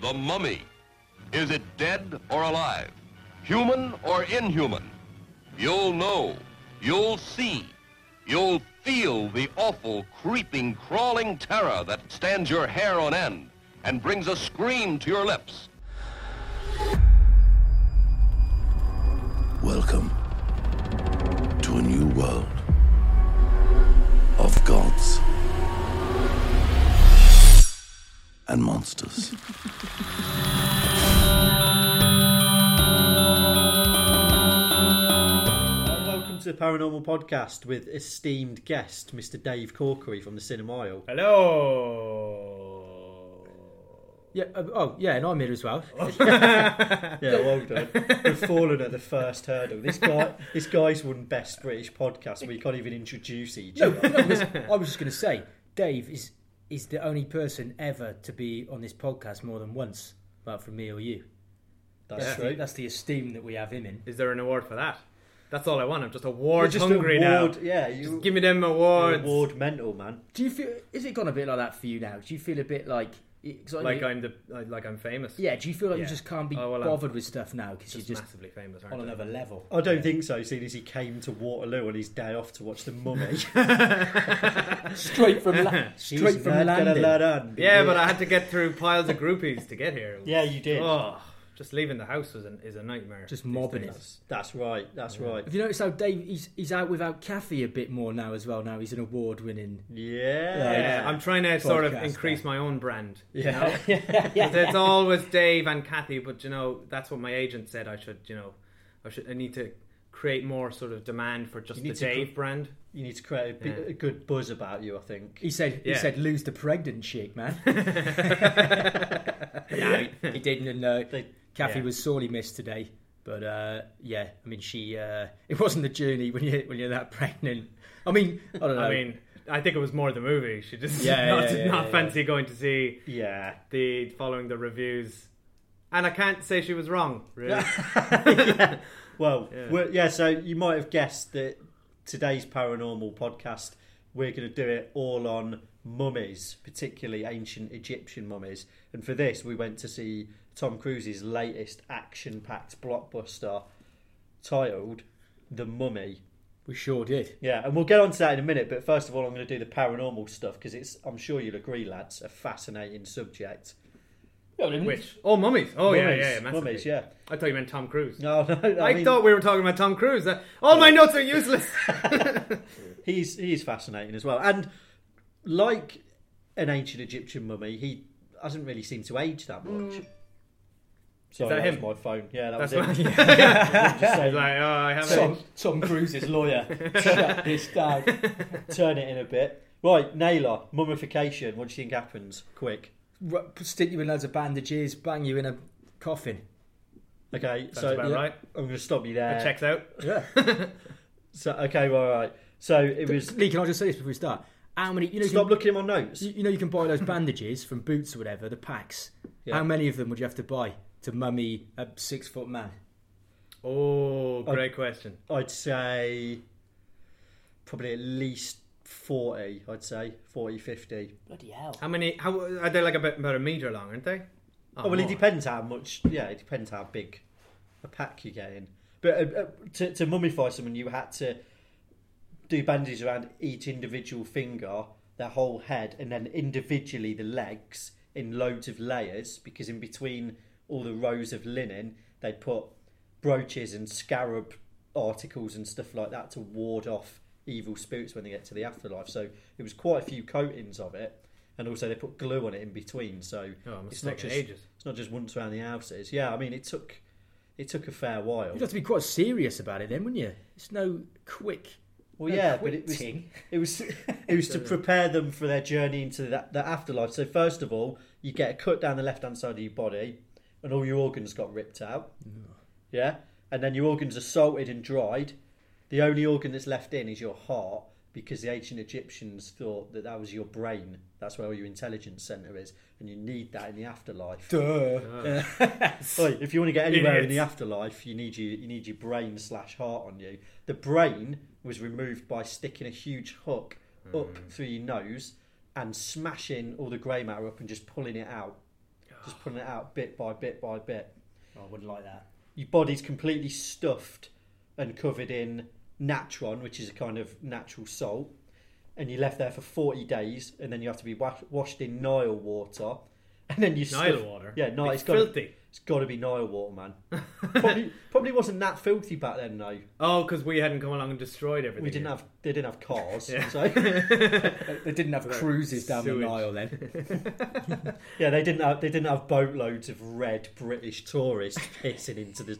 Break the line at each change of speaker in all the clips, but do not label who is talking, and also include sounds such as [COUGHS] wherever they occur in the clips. The mummy. Is it dead or alive? Human or inhuman? You'll know. You'll see. You'll feel the awful, creeping, crawling terror that stands your hair on end and brings a scream to your lips.
Welcome to a new world of gods and monsters.
Welcome to the Paranormal Podcast with esteemed guest, Mr. Dave Corkery from the Cinema Isle.
Hello.
Yeah. uh, Oh, yeah, and I'm here as well.
[LAUGHS] Yeah, well done. We've fallen at the first hurdle. This guy, this guy's won Best British Podcast. We can't even introduce each [LAUGHS]
No,
other.
no, listen, [LAUGHS] I was just going to say, Dave is is the only person ever to be on this podcast more than once, apart from me or you.
That's
That's,
true.
the, that's the esteem that we have him in.
Is there an award for that? That's all I want. I'm just
You're
award
just
hungry
award,
now.
Yeah, you,
Give me them
you're
awards.
award mental man.
Do you feel? Is it gone a bit like that for you now? Do you feel a bit like? 'cause I
Like
know-
I'm the like like I'm famous.
yeah. Do you feel like
Yeah.
you just can't be
Oh, well, I'm
bothered with stuff now because you're just
Just, massively famous.
on
Aren't I?
another level?
I don't think so, seeing as he came to Waterloo on his day off to watch The [LAUGHS] Mummy.
[LAUGHS] Straight from [LAUGHS] la-
She's
straight from
not gonna
landing.
let on.
Yeah, but I had to get
[LAUGHS]
through piles of groupies to get here.
Yeah, you did.
Oh, just leaving the house was an, is a nightmare.
Just
these
mobbing
days.
it.
That's right, that's right.
[LAUGHS]
Have you noticed how Dave he's he's out without Kathy a bit more now as well? Now he's an award winning.
Yeah.
Yeah, I'm trying to sort of
Podcaster.
increase my own brand.
[LAUGHS] Yeah.
It's always Dave and Kathy, but you know that's what my agent said. I should, you know, I should. I need to create more sort of demand for just
You
the
need to
Dave
put-
brand.
You need to create a, bi-
Yeah.
a good buzz about you, I think.
He said he
Yeah.
said lose the pregnant chick, man.
yeah.
he didn't. And uh,
They-
Kathy
yeah.
was sorely missed today. But uh, yeah, I mean, she uh, it wasn't the journey when you when you're that pregnant. I mean, I don't know.
Um,
I mean, I think it was more the movie. She just [LAUGHS]
Yeah,
did not,
yeah,
did
yeah,
not
yeah.
fancy going to see
Yeah.
the following the reviews, and I can't say she was wrong.
[LAUGHS]
Really,
Well, yeah. yeah, so you might have guessed that today's paranormal podcast, we're going to do it all on mummies, particularly ancient Egyptian mummies. And for this, we went to see Tom Cruise's latest action packed blockbuster titled The Mummy.
we sure did.
Yeah, and we'll get on to that in a minute, but first of all, I'm going to do the paranormal stuff because it's, I'm sure you'll agree, lads, a fascinating subject.
which oh mummies, oh yeah,
Mummies,
yeah, yeah, massively.
mummies, yeah. [LAUGHS]
I thought you meant Tom Cruise.
No, no,
I,
mean-
thought we were talking about Tom Cruise. Uh, All my notes
[LAUGHS]
are useless.
he's he's fascinating as well, and like an ancient Egyptian mummy, he hasn't really seemed to age that much. Sorry,
Mm. that
that,
him?
was my phone. Yeah, that
That's
was
what-
it.
yeah.
Just saying,
[LAUGHS] Like, oh, I haven't.
Tom, Tom Cruise's
[LAUGHS]
lawyer shut this down.
turn it in a bit. Right, Naylor, mummification. What do you think happens? Quick.
[LAUGHS] Ru- Stick you in loads of bandages, bang you in a coffin.
Okay,
That's
so
about
yeah,
right.
I'm going to stop you there.
It checks out.
Yeah.
So okay, all right. So it was.
Lee, can I just say this before we start? How many? You know, you
Stop
can-
looking at my notes.
You, you know, you can buy those bandages from Boots or whatever, the packs.
Yeah.
How many of them would you have to buy to mummy a six foot man?
Oh, great question.
I'd say probably at least 40, I'd say 40, 50.
Bloody hell.
How many? How are they? Like about, about a meter long, aren't they?
Oh, well, it
more.
depends how much. Yeah, it depends how big a pack you get in. But uh, uh, to, to mummify someone, you had to do bandages around each individual finger, their whole head, and then individually the legs in loads of layers. Because in between all the rows of linen, they put brooches and scarab articles and stuff like that to ward off evil spirits when they get to the afterlife. So it was quite a few coatings of it. And also, they put glue on it in between, so
Oh, it must
it's not
take
just
ages.
it's not just once around the houses. Yeah, I mean, it took it took a fair while.
You'd have to be quite serious about it then, wouldn't you? It's no quick.
Well,
no
yeah,
quick
but it was
ting.
it was it was to prepare them for their journey into that, that afterlife. So first of all, you get a cut down the left hand side of your body, and all your organs got ripped out. Yeah, and then your organs are salted and dried. The only organ that's left in is your heart because the ancient Egyptians thought that that was your brain. That's where all your intelligence center is, and you need that in the afterlife.
Duh.
Oi, if you want to get anywhere in the
Idiots.
afterlife, you need you you need your brain slash heart on you. The brain was removed by sticking a huge hook
Hmm.
up through your nose and smashing all the grey matter up and just pulling it out. just pulling it out bit by bit by bit.
Oh, I wouldn't like that.
Your body's completely stuffed and covered in natron, which is a kind of natural salt, and you're left there for 40 days, and then you have to be wa- washed in Nile water, [LAUGHS] and then you
Nile water.
Yeah, Nile. it's
It's
gotta-
filthy.
It's got to be Nile water, man. probably, probably wasn't that filthy back then, though.
Oh, because we hadn't come along and destroyed everything.
We didn't have they didn't have cars,
Yeah.
so
They- They didn't [LAUGHS] have cruises down
sewage.
the Nile then.
yeah, they didn't have they didn't have boatloads of red British tourists [LAUGHS] pissing into the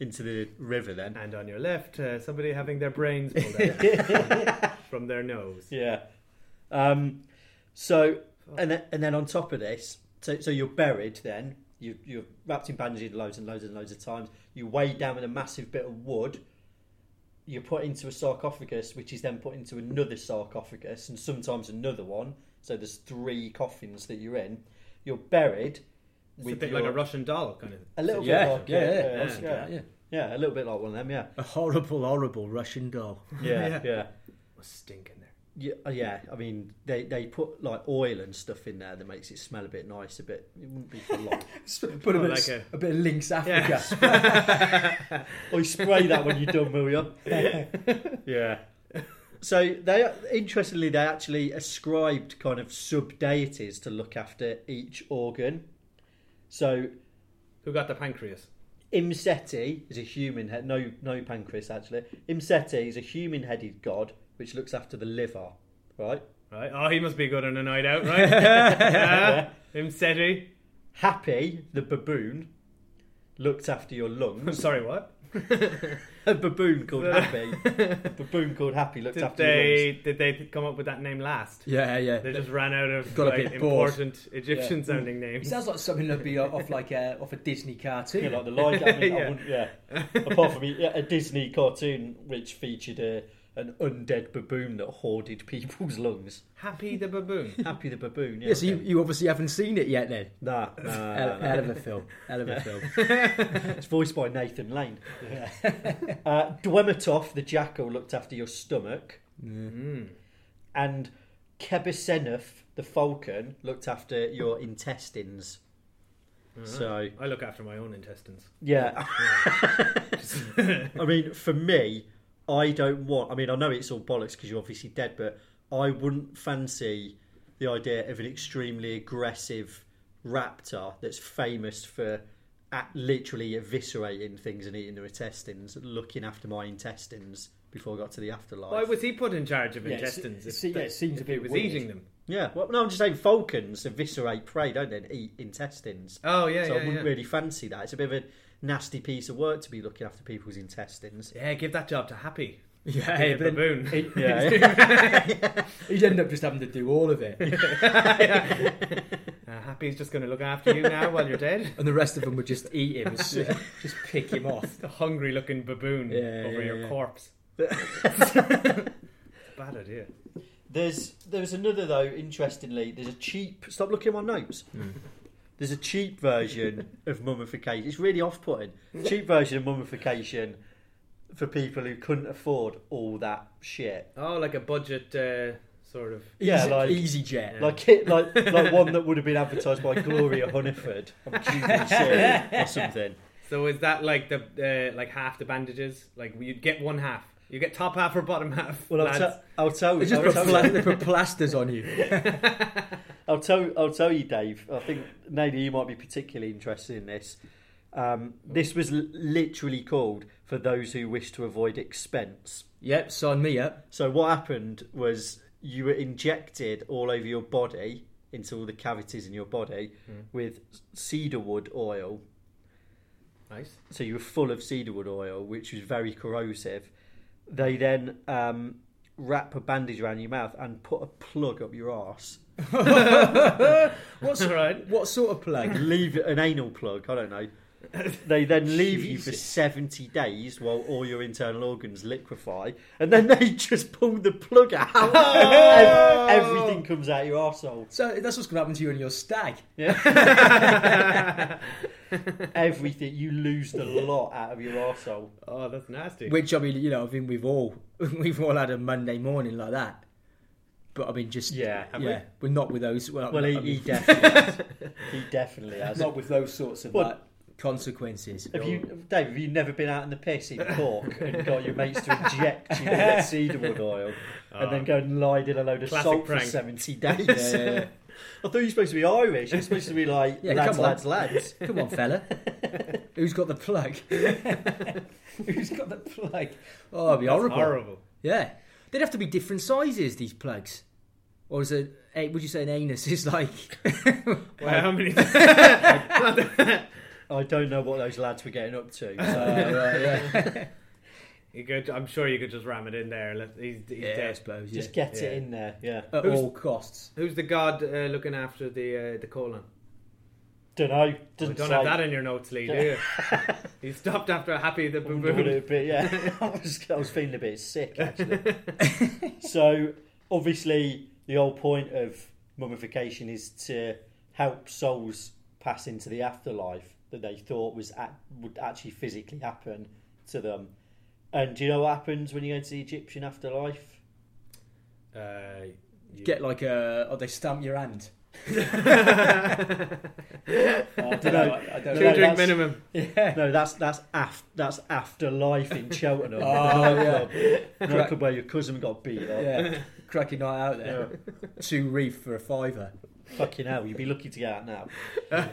into the river then.
And on your left, uh, somebody having their brains pulled out
[LAUGHS]
from their nose.
Yeah. Um, so and then, and then on top of this, so, so you're buried then. You, you're wrapped in bandages loads and loads and loads of times. You weighed down with a massive bit of wood. You're put into a sarcophagus, which is then put into another sarcophagus and sometimes another one. So there's three coffins that you're in. You're buried.
It's a bit like
your-
a Russian doll kind of.
A little
Yeah,
bit like
yeah,
it,
yeah,
yeah,
obviously,
yeah.
yeah.
Yeah, a little bit like one of them, yeah.
[LAUGHS] A horrible, horrible Russian doll.
Yeah,
[LAUGHS] Yeah.
yeah.
was stinking there.
Yeah, uh, yeah. I mean, they, they put like oil and stuff in there that makes it smell a bit nice, a bit. It wouldn't be for long.
Put a,
Well,
bit of,
like
[LAUGHS]
a-
Oh, a bit of Lynx Africa.
[LAUGHS] or you spray that when you're done, will you? yeah. So they interestingly they actually ascribed kind of sub deities to look after each organ. So
Who got the pancreas?
Imseti is a human head, no no pancreas actually. Imseti is a human headed god which looks after the liver, right?
Right. Oh, he must be good on a night
[LAUGHS]
out, right? yeah. Him SETI.
Happy, the baboon, looked after your
I'm
lungs. [LAUGHS]
sorry, what?
a baboon called Happy. a baboon called Happy looked
Did
after your lungs.
they did they come up with that name last?
yeah, yeah.
They just ran out of
Got a
like,
bit bored.
important Egyptian-sounding
It
names.
sounds like something that'd be off like a, off a Disney cartoon.
Yeah, like the live. I mean, I
Yeah.
wouldn't, yeah. Apart from yeah, a Disney cartoon which featured a, an undead baboon that hoarded people's lungs.
Happy the baboon.
Happy the baboon. Yeah.
yeah, so you,
okay.
you obviously haven't seen it yet then.
Nah, nah,
Hell,
nah, nah.
hell of a film. Hell of a film.
[LAUGHS] It's voiced by Nathan Lane. [LAUGHS] uh, Dwemetov, the jackal, looked after your stomach. Mm. And Kebesenov, the falcon, looked after your intestines. So,
I look after my own intestines.
yeah. [LAUGHS] I mean, for me, I don't want. I mean, I know it's all bollocks because you're obviously dead, but I wouldn't fancy the idea of an extremely aggressive raptor that's famous for at literally eviscerating things and eating their intestines, looking after my intestines before I got to the afterlife.
Why was he put in charge of
Yeah, it's-
intestines?
it's-
if
yeah, it
that-
seems a
if
bit
he was
weird.
eating them.
yeah, well, no, I'm just saying falcons eviscerate prey, don't they? And eat intestines.
Oh yeah,
so I
yeah,
wouldn't
yeah.
really fancy that. It's a bit of a nasty piece of work to be looking after people's intestines.
Yeah, give that job to Happy.
yeah,
Hey,
yeah,
the
but then
baboon. [LAUGHS]
Yeah,
he'd end up just having to do all of it.
Uh, Happy's just going to look after you now while
[LAUGHS]
you're dead.
And the rest of them would just eat him, just, just pick him off.
The hungry-looking baboon
Yeah,
over
yeah,
your
yeah.
[LAUGHS] corpse. Bad idea.
There's there's another though. Interestingly, there's a cheap. Stop looking at my notes. There's a cheap version of mummification. It's really off-putting. Cheap version of mummification for people who couldn't afford all that shit.
Oh, like a budget uh, sort of.
Yeah,
easy,
like-
easy jet.
Like it, like like one that would have been advertised by Gloria Hunniford on Cuban Soil or something.
So is that like the uh, like half the bandages? Like you'd get one half. You get top half or bottom half.
Well, I'll,
lads.
tell I'll tell
They
you.
just
I'll
put,
tell
pla-
you,
they put plasters on you.
I'll tell, I'll tell you, Dave. I think Nadia, you might be particularly interested in this. Um, this was l- literally called for those who wish to avoid expense.
Yep, sign me up.
So what happened was you were injected all over your body into all the cavities in your body with cedarwood oil.
nice.
So you were full of cedarwood oil, which was very corrosive. They then um, wrap a bandage around your mouth and put a plug up your arse. [LAUGHS]
What's,
All right.
What sort of plug?
Leave an anal plug. I don't know. They then leave you for seventy days while all your internal organs liquefy, and then they [LAUGHS] just pull the plug out. Ev- Everything comes out your arsehole.
So that's what's going to happen to you and your stag.
everything. You lose the lot out of your arsehole.
Oh, that's
[LAUGHS]
nasty.
Which I mean, you know, I think we've all we've all had a Monday morning like that. But I mean, just
Yeah,
yeah,
have we?
we're not with those. Well,
Well,
I
he,
mean,
he definitely [LAUGHS] has. He definitely has.
[LAUGHS] not with those sorts of
Well-
like, consequences.
Have you, Dave? Have you never been out in the piss in
[LAUGHS]
Cork and got your mates to inject you with cedarwood oil and then go and lie in a load of
Classic
salt
prank.
for seventy days?
Ah. Yeah, yeah,
[LAUGHS] I thought you were supposed to be Irish. You're supposed to be like
Yeah,
lads,
come on.
lads,
[LAUGHS]
lads.
yeah. Come
[LAUGHS]
on, fella. Who's got the plug? Who's got the plug? Oh, it'd be
That's
horrible.
horrible.
Yeah, they'd have to be different sizes. These plugs, or is it? eh, Would you say an anus is like? [LAUGHS]
Uh,
Well, how many? [LAUGHS]
I don't know what those lads were getting up to. So
[LAUGHS]
you could, I'm sure you could just ram it in there. Let- He's, he's
yeah, I
dead.
suppose. Yeah. Uh,
just get
Yeah.
it in there. Yeah.
At
Who's-
all costs.
Who's the god uh, looking after the uh, the colon?
Don't know.
You
Doesn't
don't
say.
have that in your notes, Lee, do you?
[LAUGHS]
he stopped after Happy the Boo
Wondered
Boo.
a bit, yeah. [LAUGHS] I was, I was feeling a bit sick actually.
[LAUGHS]
so obviously the whole point of mummification is to help souls pass into the afterlife that they thought was act, would actually physically happen to them. And do you know what happens when you go to the Egyptian afterlife?
[LAUGHS]
Uh, you-
Get like a. Oh, they stamp your hand.
[LAUGHS]
[LAUGHS] Oh, I don't know. I, I don't
Two
No,
know.
drink
that's-
minimum.
Yeah.
No, that's that's af, that's afterlife in
[LAUGHS]
Cheltenham.
Oh, yeah.
The nightclub where your cousin got beat up.
Yeah. Cracking night out there. Two reef for a fiver.
Fucking hell, you'd be lucky to get out now.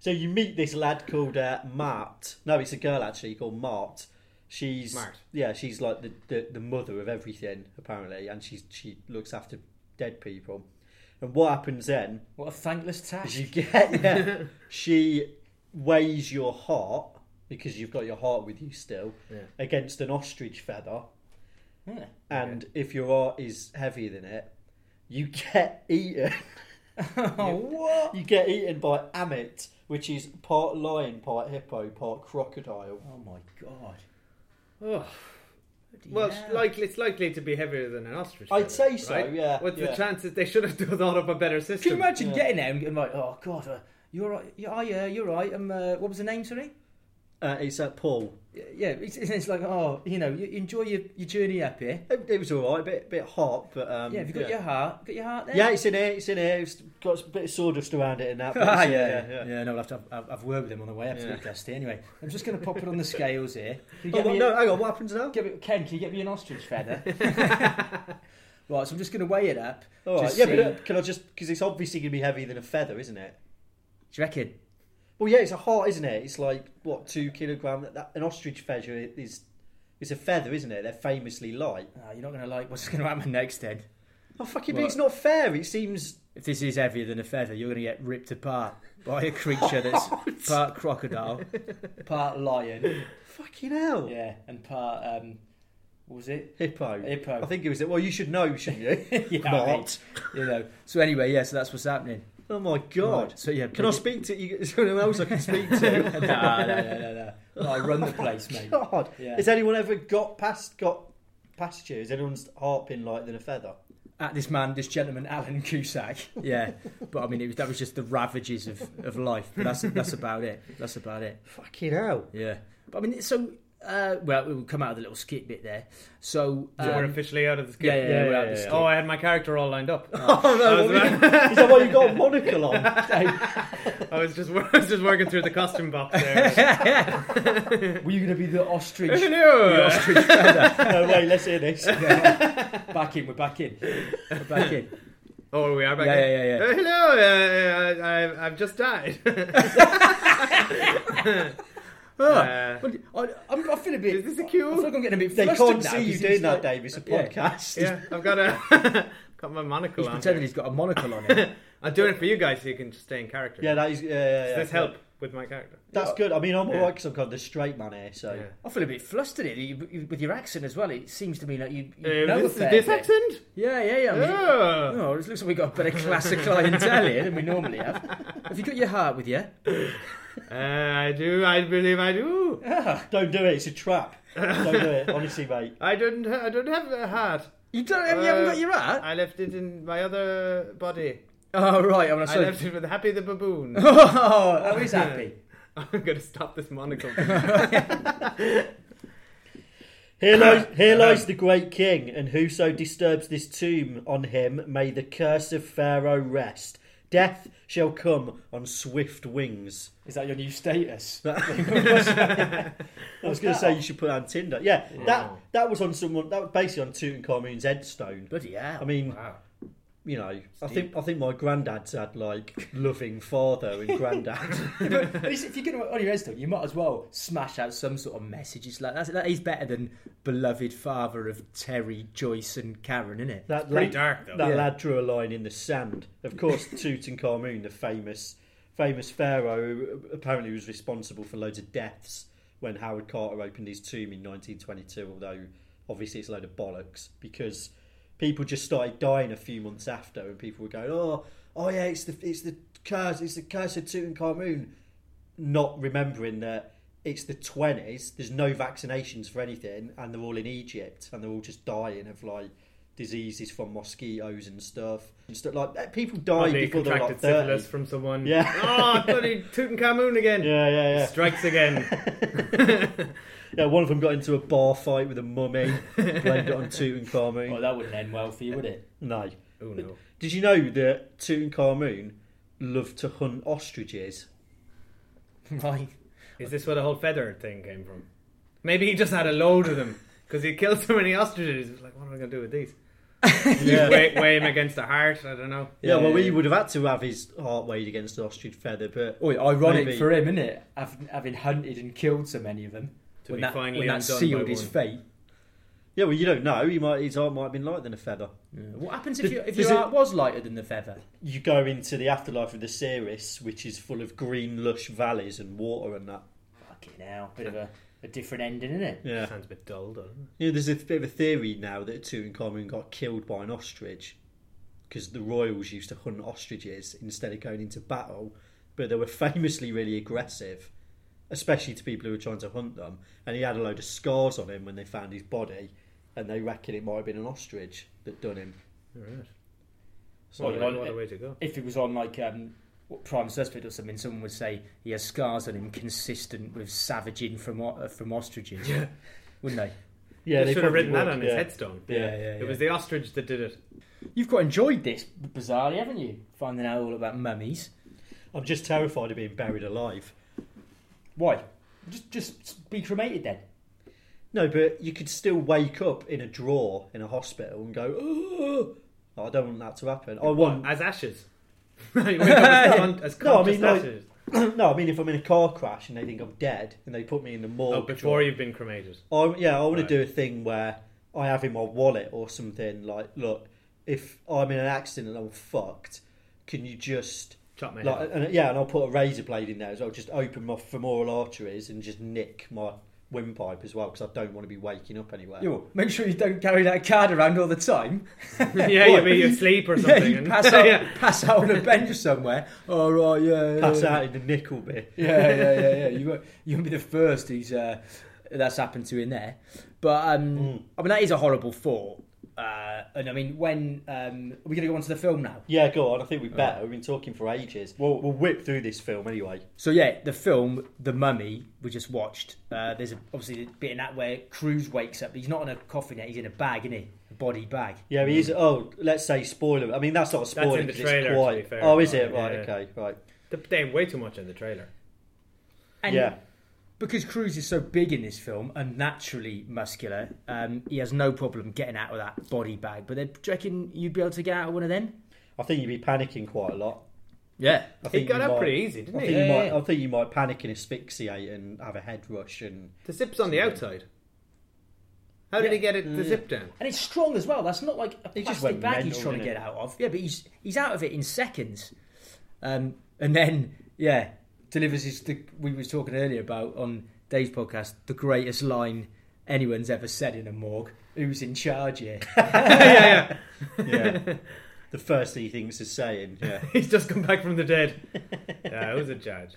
so you meet this lad called uh, Mart. No, it's a girl actually called Mart. She's
Mart.
yeah, she's like the, the the mother of everything apparently, and she's she looks after dead people. And what happens then
What a thankless task.
is
[LAUGHS]
you get
[LAUGHS]
yeah, she weighs your heart because you've got your heart with you still
Yeah.
against an ostrich feather, and if your heart is heavier than it, you get eaten. [LAUGHS]
Oh, what?
You get eaten by amit, which is part lion, part hippo, part crocodile.
Oh my god. Bloody
Oh, well,
hell.
it's likely, it's likely to be heavier than an ostrich.
I'd
feather,
say so,
right?
yeah,
What's
yeah.
the chances they should have [LAUGHS] thought up a better
Can you
system?
imagine getting there and, and like, oh god, uh, you're right. Yeah, I, uh, you're right. I'm, uh, what was the name, sorry?
Uh, it's at Paul.
Yeah, Yeah, it's, [LAUGHS] it's like, oh, you know, you you enjoy your, your journey up here.
It, it was all right, bit bit hot, but um,
Yeah, have you got your heart? Got your heart there?
yeah, it's in here. It's in here. It's got a bit of sawdust around it and [LAUGHS] that. but
Ah,
it's in
yeah, yeah,
here,
No, I'll have to have, have, have word with him on the way up to
Yeah.
the dusty. Anyway, I'm just going to pop it on the scales here. Can you
Oh,
get
well,
me a-
no, hang on. What happens now?
get me- Ken, can you get me an
[LAUGHS]
ostrich feather? [LAUGHS] right, so I'm just going to weigh it up.
All right.
just
Yeah,
see-
but uh, can I just because it's obviously going to be heavier than a feather, isn't it?
Do you reckon?
Well, yeah, it's a heart, isn't it? It's like what two kilogram? That, that- an ostrich feather is. It's a feather, isn't it? They're famously light.
Oh, you're not going to like what's going to happen next then.
Oh fucking!
What?
It's not fair. It seems
If this is heavier than a feather, you're going to get ripped apart by a
[LAUGHS]
creature that's part crocodile, part lion,
fucking hell.
yeah, and part um, what was it?
Hippo.
Hippo.
I think it was it. Well, you should know, shouldn't you?
[LAUGHS]
[LAUGHS]
Yeah, I
Mart.
mean- You know. So anyway, yeah. So that's what's happening.
Oh my god.
Right, so yeah.
Can I
big-
speak to you? [LAUGHS] Is there anyone else I can speak
[LAUGHS]
to?
no, no, no, no, no. I run the place, [LAUGHS] mate.
God.
Yeah.
Has anyone ever got past got past you? Has anyone's heart been lighter than a feather?
At this man, this gentleman, Alan Cusack. Yeah, but I mean, it was, that was just the ravages of, of life. But that's that's about it. That's about it.
Fucking hell.
Yeah. But I mean, so uh, well, we'll come out of the little skit bit there. So
So we're
um,
officially out of the skit.
yeah, yeah, yeah, we're out of the skit.
Oh, I had my character all
[LAUGHS]
lined up.
Oh no! what
was
were you- Is that why you got a monocle on? Dave?
I was just, [LAUGHS] I was just working through the costume box
[LAUGHS]
there.
were you going to be the [LAUGHS] ostrich?
Hello.
no way. Let's hear
[LAUGHS]
this.
back in. We're back in. We're back in.
Oh, we are back.
Yeah,
in.
yeah, yeah, yeah.
Uh, hello, uh, I, I, I've just died. [LAUGHS]
Ah, well, I, I'm, I feel a bit.
Is this a
I
cue?
feel like I'm getting a bit.
[LAUGHS] They
flustered
can't
now
see you
'cause
doing
he's
that,
like-
Dave. It's a
Yeah.
podcast.
yeah, I've got a [LAUGHS] got my monocle
He's
on.
pretending
here.
he's got a monocle on it.
I'm doing it for you guys, so you can just stay in character.
Yeah, that is. Yeah, yeah, yeah.
Does this help with my character?
That's good. I mean, I'm
Yeah.
alright because I've got the straight man here. So
Yeah.
[LAUGHS] I feel a bit flustered here. You, you, with your accent as well. It seems to me like you, you
Uh,
know
this,
a fair
this
bit.
accent? Ah.
Yeah, yeah, yeah. I mean,
Yeah.
Oh, it looks like we got a better class of clientele here than we normally have. Have you got your heart with you?
Uh, I do. I believe I do.
[LAUGHS] don't do it. It's a trap. don't do
[LAUGHS]
it. Honestly, mate.
I don't. Ha- I don't have a heart.
You don't. you haven't
Uh,
got your heart.
I left it in my other body.
oh right, I'm not
I
[LAUGHS] sorry.
left it with Happy the baboon.
Oh, that was happy.
I'm gonna stop this monocle.
Here
[COUGHS]
lies, here lies the great king, and whoso disturbs this tomb on him, may the curse of Pharaoh rest. Death shall come on swift wings.
Is that your new status?
I was going to say you should put that on Tinder. Yeah, that that was on someone. That was basically on Tutankhamun's headstone.
[LAUGHS] Bloody hell.
I mean,
wow.
you know, I think I think my granddad's had like loving father and
[LAUGHS]
granddad.
But it's- if you're going to,
on your Insta, you might as well smash out some sort of message. It's like that's, that is better than beloved father of Terry, Joyce, and Karen, isn't it?
That
Pretty
lad,
dark, though.
That
Yeah.
lad drew a line in the sand. Of course, Tutankhamun, the famous famous pharaoh, who apparently was responsible for loads of deaths when Howard Carter opened his tomb in 1922. Although obviously it's a load of bollocks because people just started dying a few months after, and people were going, "Oh, oh yeah, it's the it's the curse, it's the curse of Tutankhamun," not remembering that. It's the 20s, there's no vaccinations for anything, and they're all in Egypt and they're all just dying of like diseases from mosquitoes and stuff. And stuff like that. people die
Probably
before they're like
contracted
30.
syphilis from someone.
Yeah.
[LAUGHS] Oh, bloody Tutankhamun again.
Yeah, yeah, yeah.
Strikes again.
Yeah, one of them got into a bar fight with a
[LAUGHS]
mummy, blamed it on Tutankhamun.
well, that wouldn't end well for you, would it?
No.
oh no.
Did you know that Tutankhamun loved to hunt ostriches?
Right.
Is this where the whole feather thing came from? Maybe he just had a load of them because he killed so many ostriches. He's like, what am I going to do with these?
Yeah.
Weigh, weigh him against the heart. I don't know.
Yeah, well, he would have had to have his heart weighed against an ostrich feather, but
Oh, ironic
Maybe.
for him, isn't it? Having, having hunted and killed so many of them.
To
when
be
that,
finally
when that
undone
sealed
by
his
one.
fate.
yeah, well, you don't know. He might his heart might have been lighter than a feather.
What happens if,
Does-
your if
does
your
it-
heart was lighter than the feather?
You go into the afterlife of the Ceres, which is full of green, lush valleys and water and that.
Fucking hell. Bit of a, a different ending, isn't it?
Yeah.
Sounds a bit dull, doesn't
You know, there's a bit of a theory now that Tutankhamun got killed by an ostrich because the royals used to hunt ostriches instead of going into battle, but they were famously really aggressive, especially to people who were trying to hunt them. And he had a load of scars on him when they found his body, and they reckon it might have been an ostrich that done him.
it? All right.
So
What,
Well,
a-
you
what a
want-
way to go.
If it was on, like, um,
What prime suspect or something? Someone would say he has scars on him consistent with savaging from o- uh, from ostriches. Yeah. Wouldn't they?
yeah,
they should have
probably
written that
would,
on his
yeah.
headstone.
Yeah.
It was the ostrich that
[LAUGHS]
did it.
You've got enjoyed this.
this b- bizarrely, haven't you?
Finding out all about mummies.
I'm just terrified of being buried alive.
Why? Just, just be cremated then.
No, but you could still wake up in a drawer in a hospital and go, oh, I don't want that to happen. I want [LAUGHS]
As ashes. [LAUGHS] You wake up as con- as
No, I
conscious
mean, like-
ashes.
[CLEARS THROAT] no, I mean if I'm in a car crash and they think I'm dead and they put me in the morgue.
Oh, before you've been cremated.
I, yeah, I want
Right.
to do a thing where I have in my wallet or something like, look, if I'm in an accident and I'm fucked, can you just
Chop my head.
like, and, yeah, and I'll put a razor blade in there as well. Just open my femoral arteries and just nick my windpipe as well because I don't want to be waking up anywhere.
Yo, make sure you don't carry that card around all the time.
[LAUGHS]
off. [LAUGHS] yeah, you'll be asleep
[LAUGHS]
or
Yeah,
something. [LAUGHS]
you
and-
pass out,
yeah.
pass out on a bench somewhere. All right, yeah, yeah,
Pass
yeah.
out in the nickel bit.
yeah, yeah, yeah, yeah. You won't, you won't be the first who's uh, that's happened to in there. But um, I mean, that is a horrible thought. Uh, and I mean, when um, are we going to go on to the film now?
Yeah, go on. I think we better. We've been talking for ages. Uh. We'll, we'll whip through this film anyway.
So yeah, the film The Mummy we just watched. Uh, there's a, obviously a bit in that where Cruz wakes up. He's not in a coffin yet. He's in a bag, isn't he? A body bag.
Yeah, but he's oh, let's say spoiler. I mean, that's not a spoiler.
in the
'cause it's
trailer, to be
quite-
fair.
Oh, is it? Right.
Yeah.
Okay. Right.
Th- They have way too much in the trailer.
And
Yeah.
Because Cruz is so big in this film and naturally muscular, um, he has no problem getting out of that body bag. But then, do you reckon you'd be able to get out of one of them?
I think you'd be panicking quite a lot.
Yeah.
I
He
think
got
you
out
might-
pretty easy, didn't
I
he?
think, you
Yeah,
might,
yeah.
I think you might panic and asphyxiate and have a head rush. And
The zip's on the outside. How did he get it?
Mm.
The zip down. [LAUGHS]
And it's strong as well. That's not like a
He
plastic
just went
bag he's
mental,
trying to
didn't
get out of. Yeah, but he's he's out of it in seconds, um, and then yeah, delivers his. The, we was talking earlier about on Dave's podcast the greatest line anyone's ever said in a morgue. Who's in charge here?
yeah, the first thing he thinks is saying. Yeah.
He's just come back from
[LAUGHS]
the dead. yeah, it was a judge.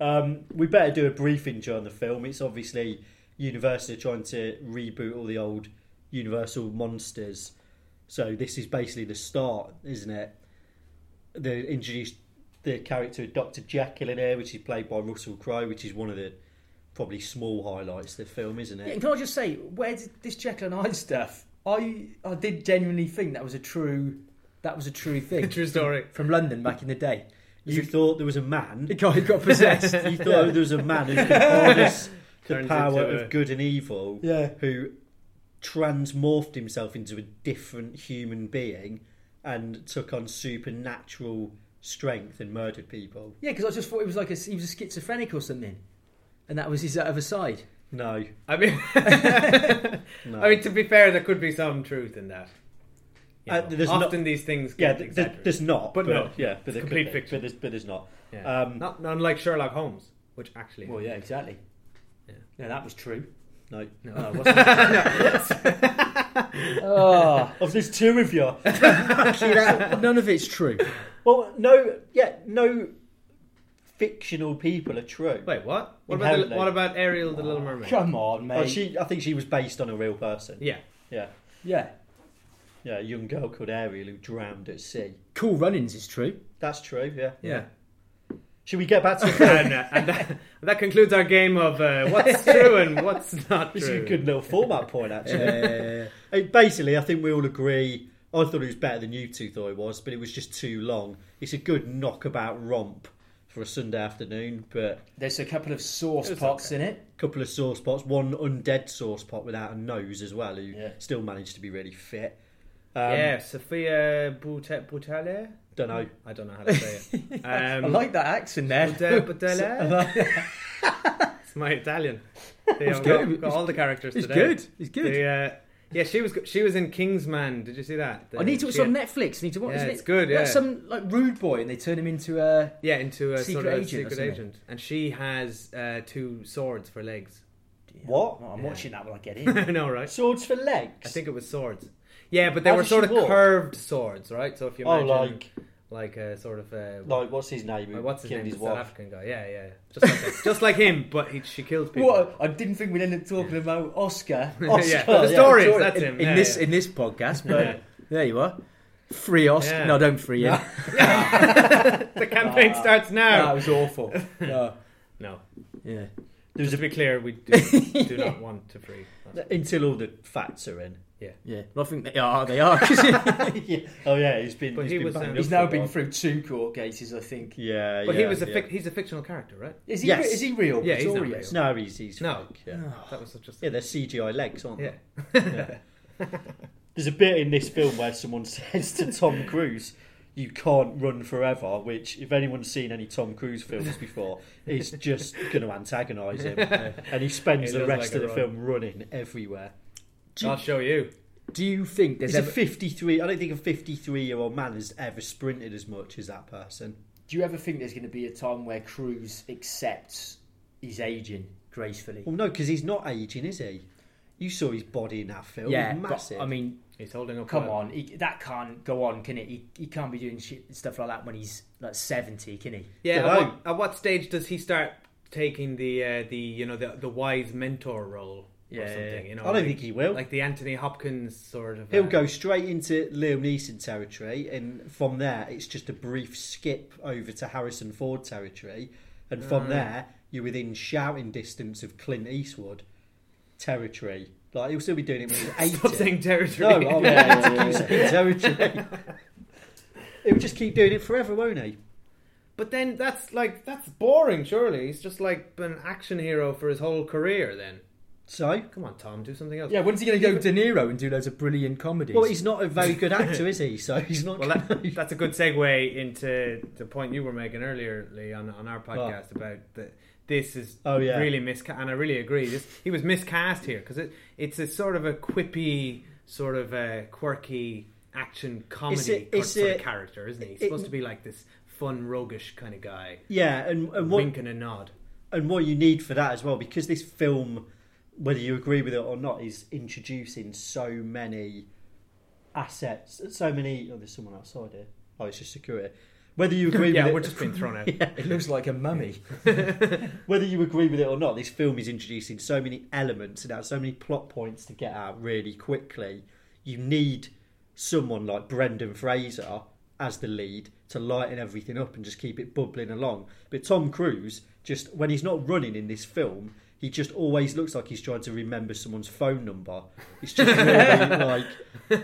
Um, we better do a briefing during the film. It's obviously Universal trying to reboot all the old Universal monsters. So this is basically the start, isn't it? They introduced the character of Dr. Jekyll in here, which is played by Russell Crowe, which is one of the probably small highlights of the film, isn't
Yeah,
it?
and can I just say, where did this Jekyll and Hyde stuff? I I did genuinely think that was a true that was a true thing.
[LAUGHS] True story.
[LAUGHS] from London back in the day.
You thought there was a
[LAUGHS]
man.
The guy who
[LAUGHS]
got possessed.
You thought there was a man who could
[LAUGHS]
harness the
Turns
power
into
of
a-
good and evil,
Yeah.
who transmorphed himself into a different human being and took on supernatural strength and murdered people.
Yeah, because I just thought it was like a, he was a schizophrenic or something, and that was his other side.
No,
I mean, [LAUGHS]
no.
I mean, to be fair, there could be some truth in that. You
Uh,
know,
there's not-
often these things
yeah,
get
th- th-
exaggerated.
there's not,
But no.
yeah, but there could
complete
be,
fiction.
But there's, but there's not.
Yeah.
Um,
not, not unlike Sherlock Holmes, which actually.
Well, yeah, exactly.
Yeah.
yeah that was true.
No. [LAUGHS]
No, it wasn't.
Oh,
Of there's two of you.
none of it's true.
Well, no, yeah, no fictional people are true.
Wait, what? What about, the,
Inherently.
what about Ariel, the Little Mermaid?
Come on, mate.
Oh, she, I think she was based on a real person.
Yeah.
Yeah,
Yeah,
yeah, a young girl called Ariel who drowned at sea.
Cool Runnings is true.
That's true. Yeah.
Yeah,
Should we get back to the
[LAUGHS] and, uh, and that, and that concludes our game of uh, what's
[LAUGHS]
true and what's not
This is a
true.
good little format point, actually. Uh, Basically, I think we all agree. I thought it was better than you two thought it was, but it was just too long. It's a good knockabout romp for a Sunday afternoon, but
There's a couple of sauce
was
pots in it.
a couple of sauce pots, one undead sauce pot without a nose as well, who
Yeah.
still managed to be really fit. Um,
yeah, Sophia Boute- Boutelier?
Don't know.
I don't know how to say
[LAUGHS]
it. Um,
I like that accent there.
Boute-
[LAUGHS]
Boutelier? it's
[LAUGHS]
my Italian. They have
good.
got, got all the characters
It's
today.
good. It's good.
The, uh, yeah, she was go- she was in Kingsman. Did you see that? The-
I need to. It's
she-
on Netflix. I need to watch.
Yeah,
isn't
it's
it?
good,
Like
yeah.
some like rude boy, and they turn him into a.
Yeah, into a
Secret
sort of
agent or
secret
something.
agent, and she has uh, two swords for legs. [LAUGHS]
What?
Oh, I'm watching that when I get in.
I know, right?
Swords for legs?
I think it was swords. Yeah, but they
How
were
does
sort
she
of
walk?
curved swords, right? So if you
Oh,
imagine,
like,
like a sort of a,
like, what's his name? who
like, what's his
killed
name?
His
the South
wife?
African guy. Yeah, yeah, just like, that. just like him, but he, she kills people.
What? I didn't think we'd end up talking about Oscar.
Oscar,
[LAUGHS] yeah, but the
yeah,
story is
Jordan.
that's
in,
him.
in
yeah,
this
yeah.
in this podcast, but
Yeah.
there you are. Free Oscar.
Yeah.
No, don't
[LAUGHS]
free him.
[LAUGHS]
the campaign
Ah.
starts now.
That was awful. No.
no,
Yeah.
just to be
[LAUGHS]
clear, we do, [LAUGHS] do not want to free.
Until all the facts are in.
Yeah. Well, I think they are.
[LAUGHS]
They are. 'cause-
[LAUGHS] yeah. Oh, yeah, he's been.
But
he's
he
been
was, um,
banged
He's
up
now
for a
been
while.
through two court cases, I think.
Yeah,
But
yeah,
he was a
yeah.
fic- he's a fictional character, right?
Is he?
Yes.
re- Is he real?
Yeah, he's not
Pretorius?
real.
No, he's he's
No.
fake, Yeah.
That was just
yeah, they're CGI legs, aren't
yeah.
they? [LAUGHS] There's a bit in this film where someone [LAUGHS] says to Tom Cruise, "You can't run forever," which, if anyone's seen any Tom Cruise films before, is [LAUGHS] just going to antagonise [LAUGHS] him, and he spends the
He does
rest
like
of the
a run.
film running everywhere.
I'll show you.
Do you think there's
It's a
ever?
53. I don't think a 53 year old man has ever sprinted as much as that person.
Do you ever think there's going to be a time where Cruz accepts he's aging gracefully?
Oh,
Well, no, because he's not aging, is he? You saw his body in that film.
yeah,
Yeah, massive.
But, I mean,
He's holding up.
come
well.
on, he, that can't go on, can it? He, he can't be doing shit, stuff like that when he's like seventy, can he?
Yeah.
Hello.
At what, at what stage does he start taking the uh, the you know the the wise mentor role or
Yeah, yeah.
something? You know,
I
like,
don't think he will.
like the Anthony Hopkins sort of.
He'll
[LAUGHS] uh,
go straight into Liam Neeson territory, and from there, it's just a brief skip over to Harrison Ford territory, and from there, you're within shouting distance of Clint Eastwood territory. Like he'll still be doing it when he's
[LAUGHS] Stop
eighty.
saying territory.
No, oh, yeah, yeah, yeah, territory. He'll just keep doing it forever, won't he?
But then that's like that's boring. Surely he's just like been an action hero for his whole career. Then
So,
come on, Tom, do something else.
Yeah, when's he going to go De Niro and do loads of brilliant comedies?
well, he's not a very
[LAUGHS]
good actor, is he? So he's not.
Well, that, that's a good segue into the point you were making earlier, Lee, on, on our podcast about that this is
Oh, yeah.
really miscast, and I really agree. This, he was miscast here because it, it's a sort of a quippy, sort of a quirky action comedy
it- it's
sort
a-
of character, isn't he? He's
it-
supposed to be like this fun, roguish kind of guy,
[LAUGHS] yeah, and, and what
wink and a nod.
and what you need for that as well, because this film, whether you agree with it or not, is introducing so many assets, so many. Oh, there's someone outside here. Oh, it's just security. Whether you agree
Yeah,
with
we're
it,
just
[LAUGHS]
being thrown out.
it looks like a mummy.
whether you agree with it or not, this film is introducing so many elements and has so many plot points to get out really quickly. You need someone like Brendan Fraser as the lead to lighten everything up and just keep it bubbling along. But Tom Cruise, just when he's not running in this film, He just always looks like he's trying to remember someone's phone number. It's just really like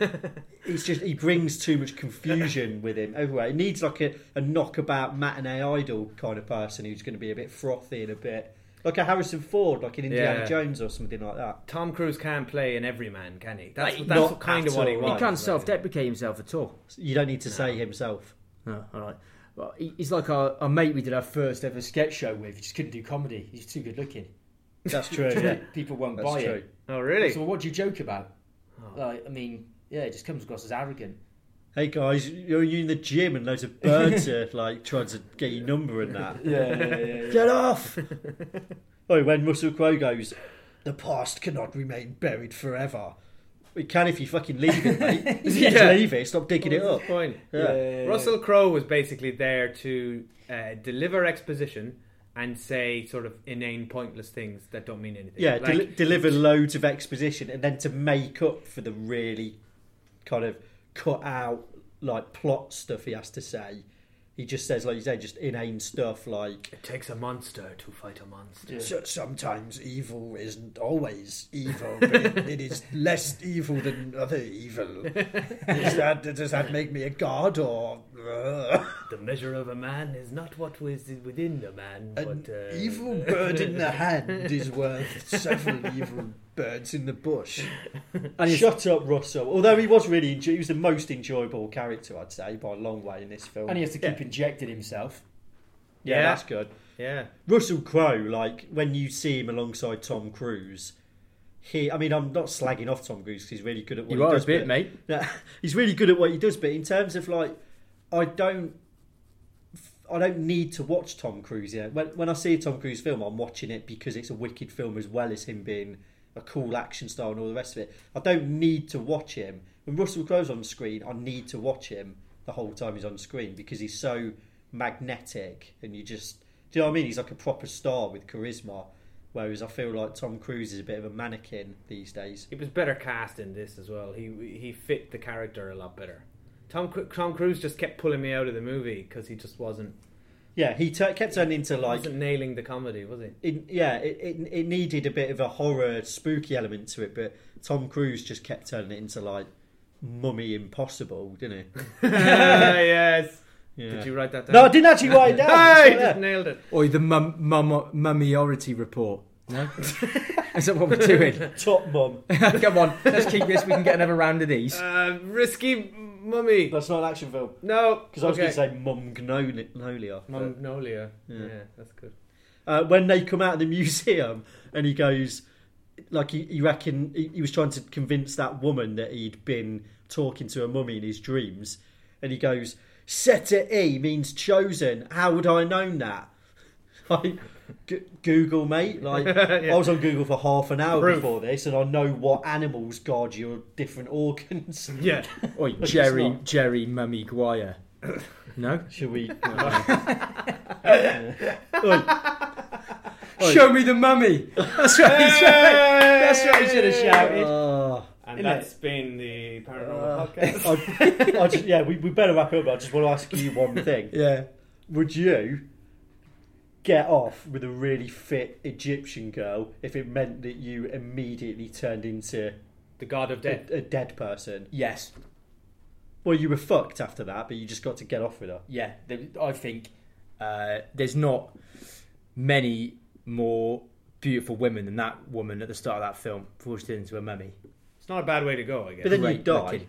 it's just he brings too much confusion with him everywhere. He needs like a, a knockabout matinee idol kind of person who's going to be a bit frothy and a bit like a Harrison Ford, like in Indiana
Yeah.
Jones or something like that.
Tom Cruise can't play an everyman, can he? That's,
Like,
that's
not
kind of
at
what he
all.
was.
He can't
wasn't
self deprecate himself at all.
You don't need to say himself.
No, all right.
Well, he- he's like our, our mate we did our first ever sketch show with. He just couldn't do comedy. He's too good looking.
That's [LAUGHS] true. yeah.
People won't
That's
buy
true.
it.
Oh, really?
So what do you joke about?
Oh.
Like, I mean, yeah, it just comes across as arrogant.
Hey guys, you're you in the gym and loads of birds are [LAUGHS] like trying to get your number and that.
Yeah, yeah, yeah.
Get off! oh, when Russell Crowe goes, the past cannot remain buried forever. It can if you fucking leave it, mate. Just
Yeah.
leave it. Stop digging it up.
What's the point?
Yeah.
Russell Crowe was basically there to uh, deliver exposition and say sort of inane, pointless things that don't mean anything.
Yeah,
Like,
del- deliver loads of exposition and then to make up for the really kind of cut out like plot stuff he has to say. He just says, like you say, just inane stuff like
it takes a monster to fight a monster.
"So- sometimes evil isn't always evil, but it, it is less evil than other evil. Is that, does that make me a god or uh?
The measure of a man is not what was within the man, uh,
an [LAUGHS] evil bird in the hand is worth [LAUGHS] several evil birds in the bush?
And he's,
Shut up, Russell. Although he was really, enjoy- he was the most enjoyable character, I'd say, by a long way in this film.
Oh.
And he has to keep injecting himself.
yeah,
Yeah.
that's good.
Yeah.
Russell Crowe, like when you see him alongside Tom Cruise, he. I mean, I'm not slagging off Tom Cruise 'cause he's really good at what
you
he
are a
does,
bit,
but-
mate.
Yeah, [LAUGHS] he's really good at what he does, but in terms of like, I don't, I don't need to watch Tom Cruise. Yeah, when when I see a Tom Cruise film, I'm watching it because it's a wicked film as well as him being a cool action star and all the rest of it. I don't need to watch him. When Russell Crowe's on screen, I need to watch him the whole time he's on screen because he's so magnetic and you just do you know what I mean? He's like a proper star with charisma. Whereas I feel like Tom Cruise is a bit of a mannequin these days.
He was better cast in this as well. He he fit the character a lot better. Tom Cru- Tom Cruise just kept pulling me out of the movie because he just wasn't
Yeah, he tur kept turning into like
wasn't nailing the comedy,
[LAUGHS]
was he? [LAUGHS]
it, yeah, it, it it needed a bit of a horror, spooky element to it, but Tom Cruise just kept turning it into like mummy impossible, didn't
yes.
he? Yeah.
Did you write that down?
no, I didn't actually write it down. it's
Hey,
not
just
there.
nailed it.
Or the mum, mum, mummiority report. No? [LAUGHS] Is that what we're doing? [LAUGHS]
Top mum.
Come on, let's keep this. We can get another round of these.
Uh, risky mummy.
That's not an action film
No,
because I was going to say mum gnolia. but-
Magnolia.
Yeah.
Yeah. that's good.
Uh, when they come out of the [LAUGHS] museum and he goes, like he, he reckon he, he was trying to convince that woman that he'd been talking to a mummy in his dreams, and he goes, "Seta E means chosen. How would I known that?" [LAUGHS] Like G- Google,
[LAUGHS]
mate. Like I was on Google for half an hour
Proof.
before this, and I know what animals guard your different organs. [LAUGHS]
Yeah,
Oi,
it's
Jerry,
not.
Jerry, Mummy Guire.
[LAUGHS]
No?
Should we?
Show me the mummy. That's right. He's
That's what he should have shouted.
Oh.
and
Isn't
that's been the
Uh,
paranormal podcast.
[LAUGHS] I, I just, yeah, we, we better wrap up. But I just want to ask you one thing.
Yeah.
Would you get off with a really fit Egyptian girl if it meant that you immediately turned into
The God of Death.
a, a dead person?
Yes.
Well, you were fucked after that, but you just got to get off with her.
Yeah. There, I think uh, there's not many more beautiful women than that woman at the start of that film forced into a mummy.
It's not a bad way to go, I guess.
But then you
Great
die.
looking.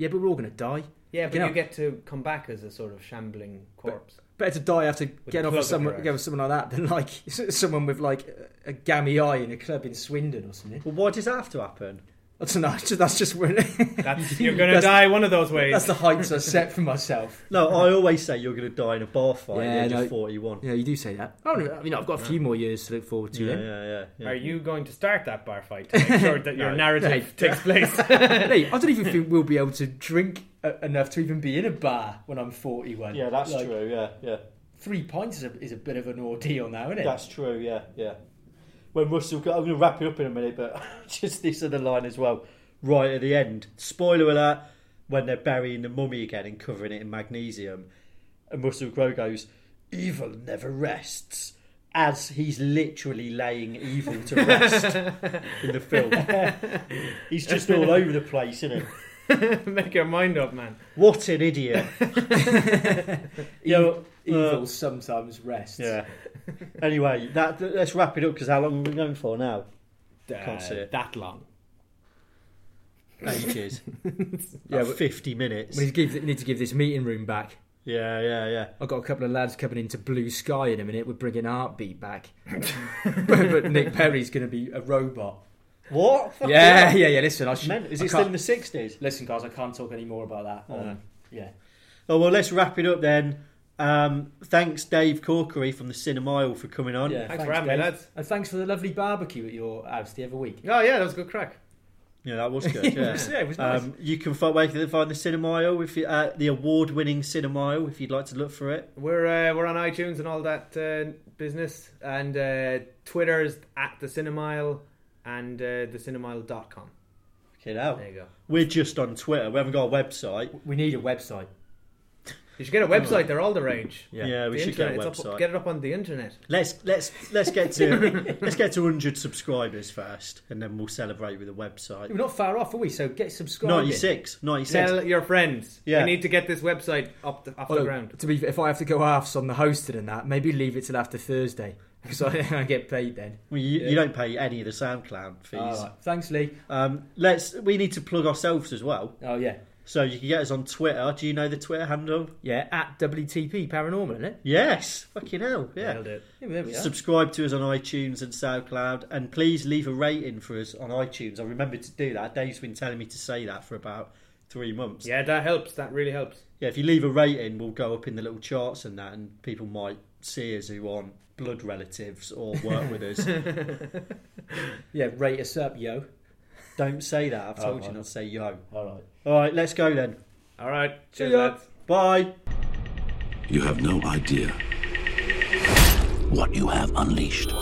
Yeah, but we're all going to die.
yeah, but
Fucking
you
hell.
get to come back as a sort of shambling corpse.
Better to die after getting off
a club
with
up
someone,
your ass.
get with someone like that than like [LAUGHS] someone with like a- a gammy eye in a club in Swindon or something.
Well, why does that have to happen?
I don't know. [LAUGHS] That's just, that's just where
[LAUGHS]
That's you're gonna
That's-
die one of those ways.
that's the heights I set for myself.
No, [LAUGHS] I always say you're going to die in a bar fight at
Yeah,
the age
no.
of 41.
Yeah, you do say that. I, don't know, I mean, I've got a few more years to look forward to.
Yeah,
then.
yeah, yeah. yeah.
Are you going to start that bar
[LAUGHS]
fight to make sure that your
No.
narrative takes place?
[LAUGHS]
[LAUGHS]
[LAUGHS]
Hey, I don't even think we'll be able to drink uh, enough to even be in a bar when I'm 41.
Yeah, that's
Like,
true. Yeah, yeah.
Three pints is a, is a bit of an ordeal now, isn't it?
That's true, yeah, yeah. When Russell, I'm going to wrap it up in a minute, but [LAUGHS] just this other line as well, right at the end. Spoiler alert: when they're burying the mummy again and covering it in magnesium, and Russell Crowe goes, "Evil never rests." as he's literally laying evil to [LAUGHS] rest in the film. he's just all over the place, isn't he?
Make your mind up, man.
What an idiot! you know,
Evil sometimes rests.
[LAUGHS] yeah. Anyway, that let's wrap it up because how long have we been going for now? Can't see it.
That long.
Ages.
Yeah,
yeah, [LAUGHS]
but-
fifty minutes.
We need to give- need to give this meeting room back.
Yeah, yeah, yeah.
I've got a couple of lads coming into Blue Sky in a minute. We're bringing Heartbeat [LAUGHS] back. but, but Nick Perry's going to be a robot.
What?
Oh, Yeah, yeah, yeah. Listen, I should.
Men, is
I
it still in
can't-
the sixties?
Listen, guys, I can't talk any more about that.
Oh.
Um, yeah.
Oh well, let's wrap it up then. Um, thanks, Dave Corkery from the Cinema Isle for coming on.
yeah.
Thanks for having me,
Dave.
lads.
And thanks for the lovely barbecue at your house the other week.
Oh yeah, that was a good crack.
Yeah, that was good. Yeah.
it was nice.
Um, you can find, where can they find the Cinema Isle if you, uh, the award-winning Cinema Isle if you'd like to look for it.
We're uh, we're on iTunes and all that uh, business, and uh, Twitter's at the Cinemile and uh, thecinemile.com.
Get out.
There you go.
We're just on Twitter. We haven't got a website.
We need a website.
You should get a website. They're all the rage.
Yeah,
Yeah.
we
The
should get a
internet, it's
website.
up- get it up on the internet.
Let's let's let's get to let's get to 100 subscribers first, and then we'll celebrate with a website.
We're not far off, are we? So get subscribed.
96, 96.
Tell your friends.
Yeah.
You need to get this website up the, off the ground.
To be, if I have to go halves on the hosting and that, maybe leave it till after Thursday because I, [LAUGHS] I get paid then.
Well, you, you don't pay any of the SoundCloud fees.
All right. Thanks, Lee.
Um, let's we need to plug ourselves as well.
Oh, yeah.
So you can get us on Twitter. Do you know the Twitter handle?
Yeah, at WTP Paranormal, isn't it?
Yes. Fucking hell. Yeah.
Nailed it.
Yeah, there we are.
Subscribe to us on iTunes and SoundCloud, and please leave a rating for us on iTunes. I remembered to do that. Dave's been telling me to say that for about three months.
Yeah, that helps. That really helps.
Yeah, if you leave a rating, we'll go up in the little charts and that, and people might see us who aren't blood relatives or work with us.
Yeah, rate us up, yo.
Don't say that. I've told you
right.
not to say yo.
All right.
All right, let's go then.
All right. Cheers,
ya.
lads.
Bye.
You have no idea what you have unleashed.